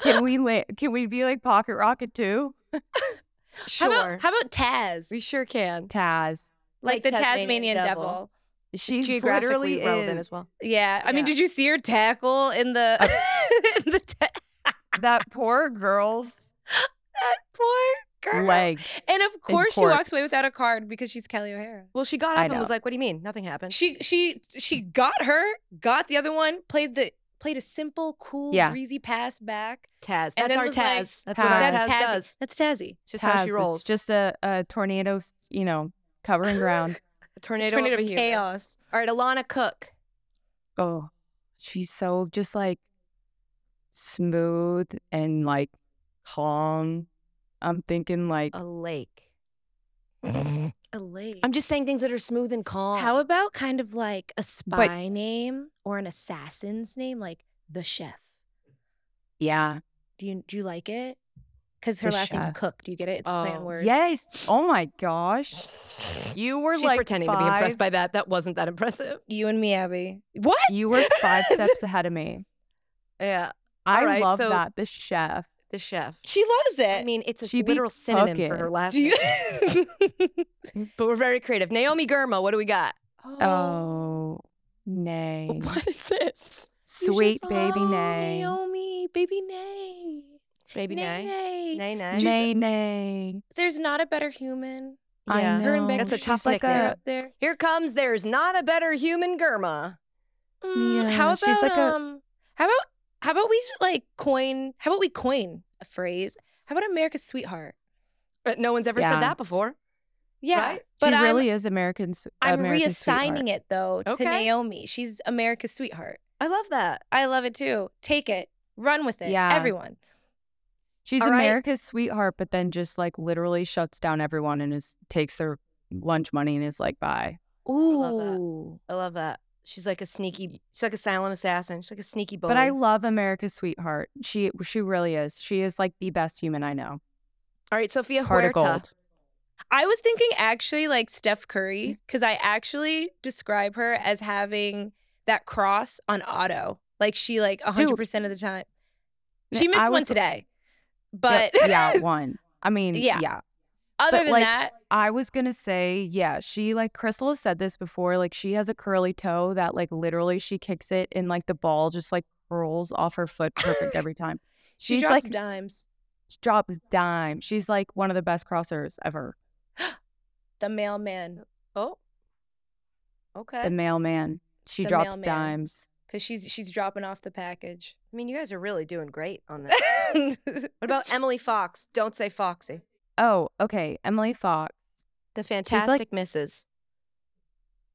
can we la- can we be like pocket rocket too? How sure. about, how about Taz? we sure can. Taz, Like, Like the Tasmanian Tasmanian, devil. devil. she's Geographically literally relevant is- as (laughs) well. Yeah. I mean, Yeah. did you see her tackle in the (laughs) in the ta- that poor girl's poor girl? legs. And of course, she walks corks. away without a card because she's Kelly O'Hara. Well, she got I up and was know. like, "What do you mean? Nothing happened." She she she got her, got the other one, played the played a simple, cool, Yeah. breezy pass back. Taz. And That's then our was like, Taz. That's what our Taz, That's Tazzy. does. That's Tazzy. It's just how Taz, she rolls. It's just a, a tornado, s- you know, covering ground. a tornado, Tornado over of here. chaos. All right, Alana Cook. oh, she's so just like smooth and like calm. I'm thinking like A lake. A lake. I'm just saying things that are smooth and calm. How about kind of like a spy name or an assassin's name, like the chef? yeah, Do you do you like it? Because her The last name's chef. Cook. Do you get it? It's a play on Oh. words. yes. Oh my gosh, you were She's like pretending to be impressed by five- that. That wasn't that impressive. You and me, Abby. What? (laughs) You were five steps ahead of me. Yeah. I All right, love so- that. The chef. The chef. She loves it. I mean, it's a She be literal synonym for her cooking. last Do you? name. (laughs) But we're very creative. Naomi Gurma, what do we got? Oh, nay. What is this? Sweet just- baby Oh, nay. Naomi, baby Nay. Baby Nay. Nay. Nay Nay. Just- Nay, nay. There's not a better human. I Yeah. Her and know. Beck, That's a she's tough like nickname. up there. Here comes there's not a better human Gurma. Mm, Yeah, how about she's like a- um? How about how about we like coin? How about we coin a phrase? How about America's sweetheart? Uh, No one's ever Yeah. said that before. Yeah, Right? but she I'm really is American. s- I'm American reassigning sweetheart. it though Okay. to Naomi. She's America's sweetheart. I love that. I love it too. Take it, run with it, Yeah. everyone. She's All right. America's sweetheart, but then just like literally shuts down everyone and is takes their lunch money and is like, bye. love that. Ooh, I love that. She's like a sneaky. She's like a silent assassin. She's like a sneaky bully. But I love America's sweetheart. She she really is. She is like the best human I know. All right, Sophia Heart of Huerta. gold. I was thinking actually like Steph Curry because I actually describe her as having that cross on auto. Like she like 100 percent of the time. She missed I one was- today, Yeah, but (laughs) yeah, one. I mean, Yeah. yeah. other but, than like, that, I was gonna say, yeah, she like Crystal has said this before. Like she has a curly toe that like literally she kicks it and like the ball just like curls off her foot perfect every time. she She's drops like dimes. drops dime. She's like one of the best crossers ever. The mailman Oh. Okay. The mailman. She The drops mailman. dimes. because she's she's dropping off the (laughs) package. I mean, you guys are really doing great on that. what about Emily Fox? Don't say Foxy. Oh, okay. Emily Fox. The like- fantastic missus.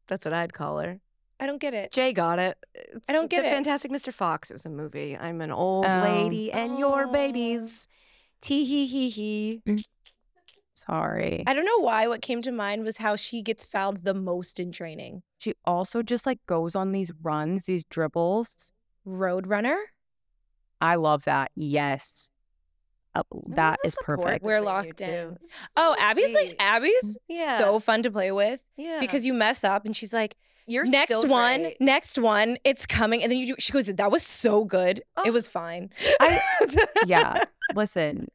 That's what I'd call her. (laughs) I don't get it. Jay got it. It's I don't get the it. Fantastic Mr. Fox. It was a movie. I'm an old Oh. lady and your Oh. babies. Tee hee hee hee. Sorry. I don't know why. What came to mind was how she gets fouled the most in training. She also just like goes on these runs, these dribbles. Roadrunner. I love that. Yes. Uh, that is perfect. We're locked in. Oh, Abby's like Abby's Yeah. so fun to play with yeah. because you mess up and she's like, you're next still one, great. next one, it's coming, and then you do. She goes, that was so good, Oh. it was fine. I- yeah. Listen.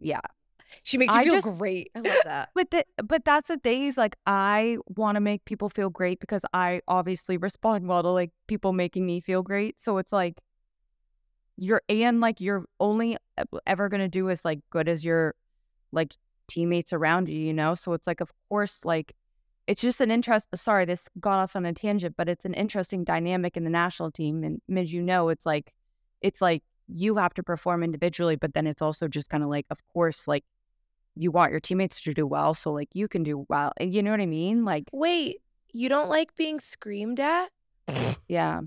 Yeah. (laughs) she makes you I feel just- great. I love that. But the, but that's the thing is like I want to make people feel great because I obviously respond well to like people making me feel great. So it's like you're and like you're only e-, ever gonna do as like good as your like teammates around you, you know. So it's like of course like it's just an interest. Sorry, this got off on a tangent, but it's an interesting dynamic in the national team. And as you know, it's like it's like you have to perform individually, but then it's also just kind of like of course like you want your teammates to do well, so like you can do well. And you know what I mean? Like, Wait, you don't like being screamed at? yeah.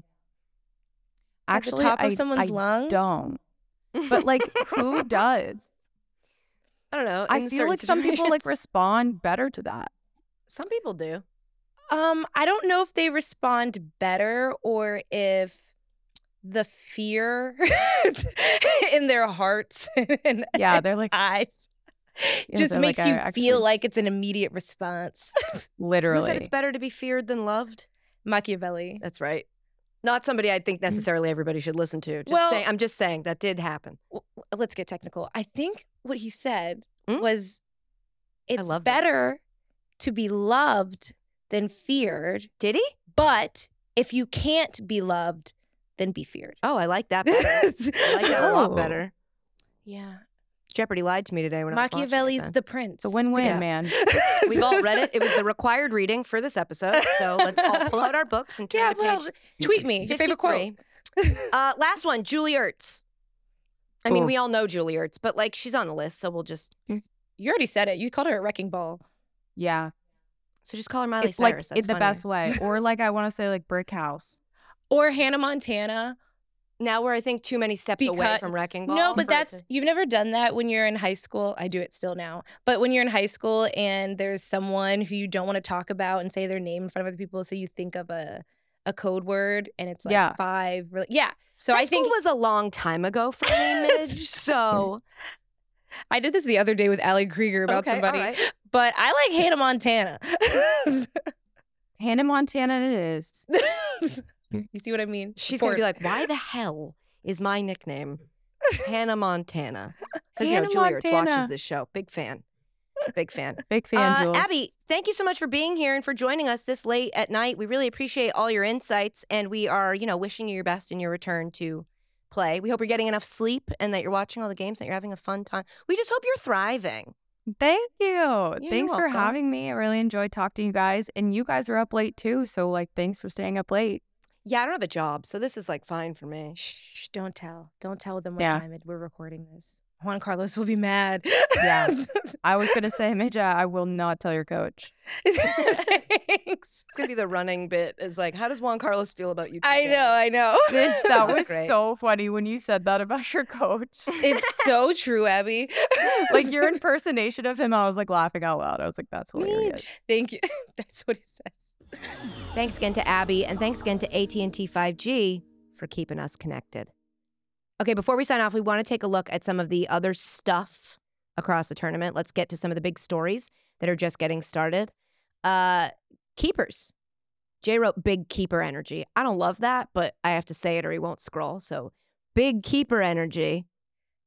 Actually, at the top I- of someone's I lungs. don't. But (laughs) like, (laughs) who does? I don't know. I in feel certain like some people like situations. (laughs) respond better to that. some people do. Um, I don't know if they respond better or if the fear (laughs) in their hearts (laughs) and Yeah, (laughs) they're like eyes Yeah, just they're makes like, you I feel actually- like it's an immediate response. (laughs) Who said it's literally. better to be feared than loved? Machiavelli. That's right. Not somebody I Mm. think necessarily everybody should listen to. Just Well- saying, I'm just saying that did happen. Let's get technical. I think what he said Hmm? was it's love it. better to be loved than feared, Did he? but if you can't be loved, then be feared. (laughs) Oh, I like that. Better. I (laughs) like that a yeah. lot Oh. better. Jeopardy lied to me today when Machiavelli's I was watching it The Prince. The (laughs) win-win, Yeah. man. then. We've all read it. It was the required reading for this episode. So let's all pull out our books and turn Yeah, to well, page tweet me your favorite quote. 53. uh, last one, Julie Ertz. I mean, Oh. we all know Julie Ertz, but like she's on the list, so we'll just You already said it. You called her a wrecking ball. Yeah, so just call her Miley it's like Cyrus. in That's the funnier. best way, (laughs) or like I want to say like brick house. Or Hannah Montana. Now we're I think too many steps away Because- from wrecking ball. no, but for it to- that's you've never done that when you're in high school. I do it still now. But when you're in high school and there's someone who you don't want to talk about and say their name in front of other people, so you think of a a code word and it's like Yeah. five. Really, yeah. So High I think school was a long time ago for (laughs) me, Midge. So I did this the other day with Allie Krieger about okay, all somebody. right. But I like (laughs) Hannah Montana. Hannah Montana, it is. you see what I mean? she's gonna Support. be like, "Why the hell is my (laughs) nickname, Hannah Montana. Because you know Hannah Julia Ritz Montana. watches this show. Big fan. Big fan. Big fan, Uh, Jules. Abby, thank you so much for being here and for joining us this late at night. We really appreciate all your insights, and we are, you know, wishing you your best in your return to play. We hope you're getting enough sleep and that you're watching all the games, that you're having a fun time. We just hope you're thriving. Thank you. you're thanks for welcome. having me. I really enjoyed talking to you guys. And you guys were up late too. So, like, thanks for staying up late. Yeah, I don't have a job, so this is like fine for me. Shh, don't tell. Don't tell them what Yeah. time it, we're recording this. Juan Carlos will be mad. Yeah. I was going to say, Midja, I will not tell (laughs) your coach. (laughs) It's Thanks. gonna be the running bit. Is like, how does Juan Carlos feel about you? I today? know, I know. Mitch, (laughs) that Not was great. so funny when you said that about your coach. It's so true, (laughs) Abby. like, your impersonation of him, I was like laughing out loud. I was like, that's hilarious. Thank (laughs) you. That's what he says. Thanks again to Abby, and thanks again to AT&T 5G for keeping us connected. Okay, before we sign off, we want to take a look at some of the other stuff across the tournament. Let's get to some of the big stories that are just getting started. Uh, keepers. Jay wrote big keeper energy. I don't love that, but I have to say it or he won't scroll. So big keeper energy.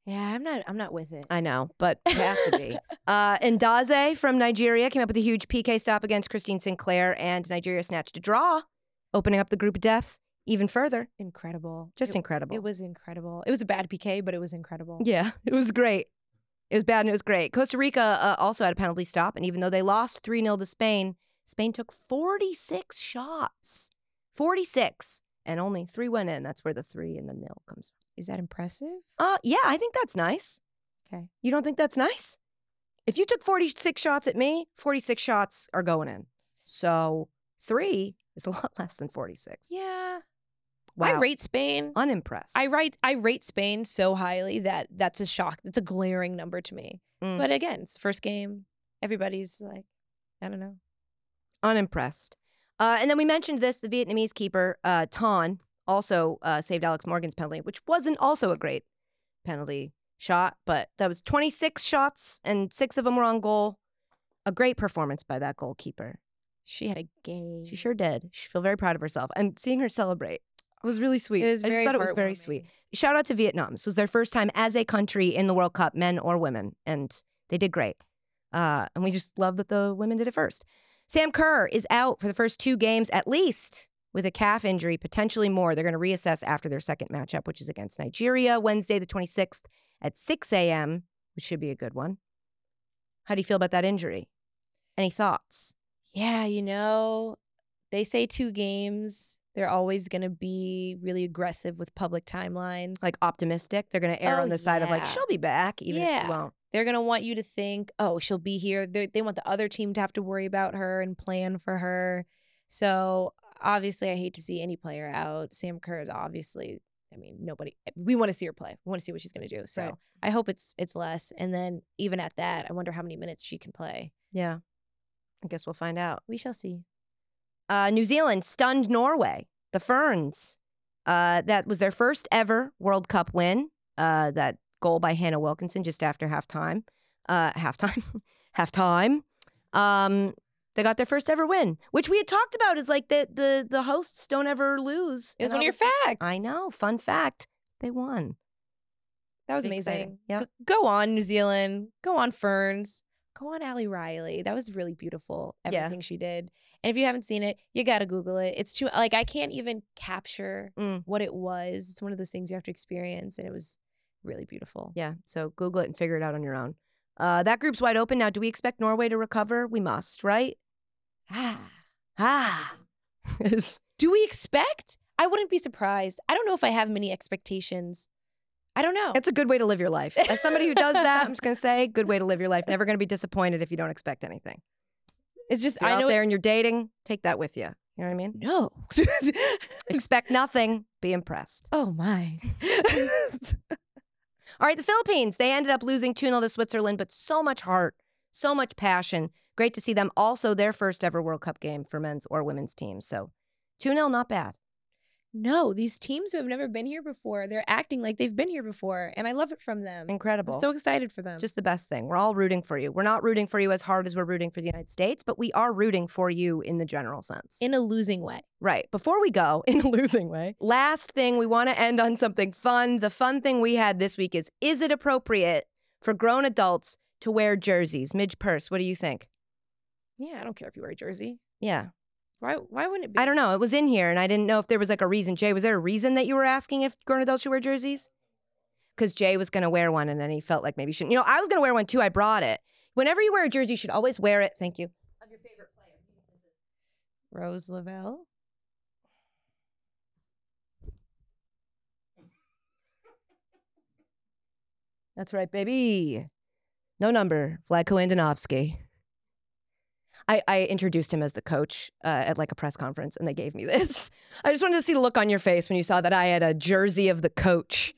Yeah, I'm not I'm not with it. I know, but we have to (laughs) be. Uh, Ndaze from Nigeria came up with a huge PK stop against Christine Sinclair, and Nigeria snatched a draw, opening up the group of death even further. incredible. Just it, incredible. It was incredible. It was a bad PK, but it was incredible. (laughs) yeah, it was great. It was bad and it was great. Costa Rica uh, also had a penalty stop, and even though they lost 3 0 to Spain, Spain took 46 shots. 46. And only three went in. That's where the three and the nil comes Is that impressive? from. Uh, yeah, I think that's nice. Okay. You don't think that's nice? If you took 46 shots at me, 46 shots are going in. So three is a (laughs) lot less than 46. Yeah. Wow. I rate Spain. Unimpressed. I rate I rate Spain so highly that that's a shock. That's a glaring number to me. Mm. But again, it's first game. Everybody's like, I don't know. Unimpressed. Uh, and then we mentioned this the Vietnamese keeper, uh, Ton, also uh, saved Alex Morgan's penalty, which wasn't also a great penalty shot, but that was 26 shots and six of them were on goal. A great performance by that goalkeeper. She had a game. She sure did. She feel very proud of herself. And seeing her celebrate was really sweet. It was I just very thought it was very sweet. heartwarming. shout out to Vietnam. This was their first time as a country in the World Cup, men or women, and they did great. Uh, and we just love that the women did it first. Sam Kerr is out for the first two games at least with a calf injury, potentially more. They're going to reassess after their second matchup, which is against Nigeria Wednesday, the 26th at 6 a.m., which should be a good one. How do you feel about that injury? Any thoughts? Yeah, you know, they say two games. They're always going to be really aggressive with public timelines. Like optimistic? They're going to err Oh, on the side of like, yeah. she'll be back, even if Yeah. she won't. they're going to want you to think, oh, she'll be here. they they want the other team to have to worry about her and plan for her. So obviously, I hate to see any player out. Sam Kerr is obviously, I mean, nobody. We want to see her play. We want to see what she's going to do. So Right. I hope it's it's less. And then even at that, I wonder how many minutes she can play. Yeah. I guess we'll find out. We shall see. uh, New Zealand stunned Norway. The Ferns. Uh, that was their first ever World Cup win. Uh, that goal by Hannah Wilkinson just after halftime. Uh, halftime. (laughs) halftime. Um, they got their first ever win, which we had talked about is like the the the hosts don't ever lose. It was And one of your obviously- facts. I know. Fun fact. They won. That was Pretty exciting. amazing. Yeah. G- Go on, New Zealand. Go on, Ferns. Go on, Allie Riley. That was really beautiful, Yeah. everything she did. And if you haven't seen it, you got to Google it. It's too, like, I can't even capture Mm. what it was. It's one of those things you have to experience. And it was really beautiful. Yeah. So Google it and figure it out on your own. Uh, that group's wide open now. Do we expect Norway to recover? We must, right? Ah, ah. (laughs) Is- Do we expect? I wouldn't be surprised. I don't know if I have many expectations. I (laughs) don't know. That's a good way to live your life. As somebody who does that, I'm just gonna say, good way to live your life. Never gonna be disappointed if you don't expect (laughs) anything. It's just, If you're I out know. there and you're dating, take that with you. You know what I mean? (laughs) no. expect nothing, be impressed. (laughs) (laughs) oh, my. (laughs) All right, the Philippines. They ended up losing 2 0 to Switzerland, but so much heart, so much passion. Great to see them. Also, their first ever World Cup game for men's or women's teams. So 2 0, not bad. no, these teams who have never been here before, they're acting like they've been here before. And I love it from them. Incredible. I'm so excited for them. just the best thing. We're all rooting for you. We're not rooting for you as hard as we're rooting for the United States, but we are rooting for you in the general sense. in a losing way. right. Before we go, (laughs) in a losing way, last thing we want to end on something fun. The fun thing we had this week is is it appropriate for grown adults to wear jerseys? Midge Purse, what do you think? Yeah, I don't care if you wear a jersey. Yeah. Why why wouldn't it be? I don't know. It was in here and I didn't know if there was like a reason. Jay, was there a reason that you were asking if grown adults should wear jerseys? Because Jay was going to wear one and then he felt like maybe he shouldn't. You know, I was going to wear one too. I brought it. Whenever you wear a jersey, you should always wear it. Thank you. Of your favorite player. Rose Lavelle. That's right, baby. No number, Vladko Andonovsky. I, I introduced him as the coach uh, at like a press conference, and they gave me (laughs) this. I just wanted to see the look on your face when you saw that I had a jersey of the coach,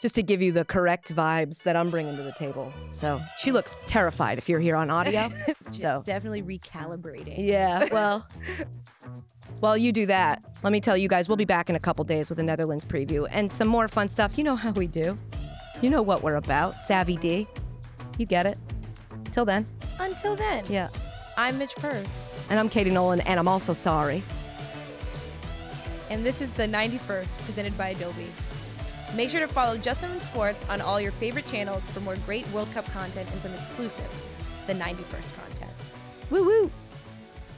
just to give you the correct vibes that I'm bringing to the table. So she looks terrified if you're here on audio. so Definitely recalibrating. yeah, well, while you do that, let me tell you guys, we'll be back in a couple days with a Netherlands preview and some more fun stuff. You know how we do. You know what we're about. Savvy D. You get it. Till then. Until then, Yeah. I'm Mitch Purse, And I'm Katie Nolan, and I'm also sorry. and this is the 91st presented by Adobe. Make sure to follow Just Women Sports on all your favorite channels for more great World Cup content and some exclusive, the 91st content. Woo woo.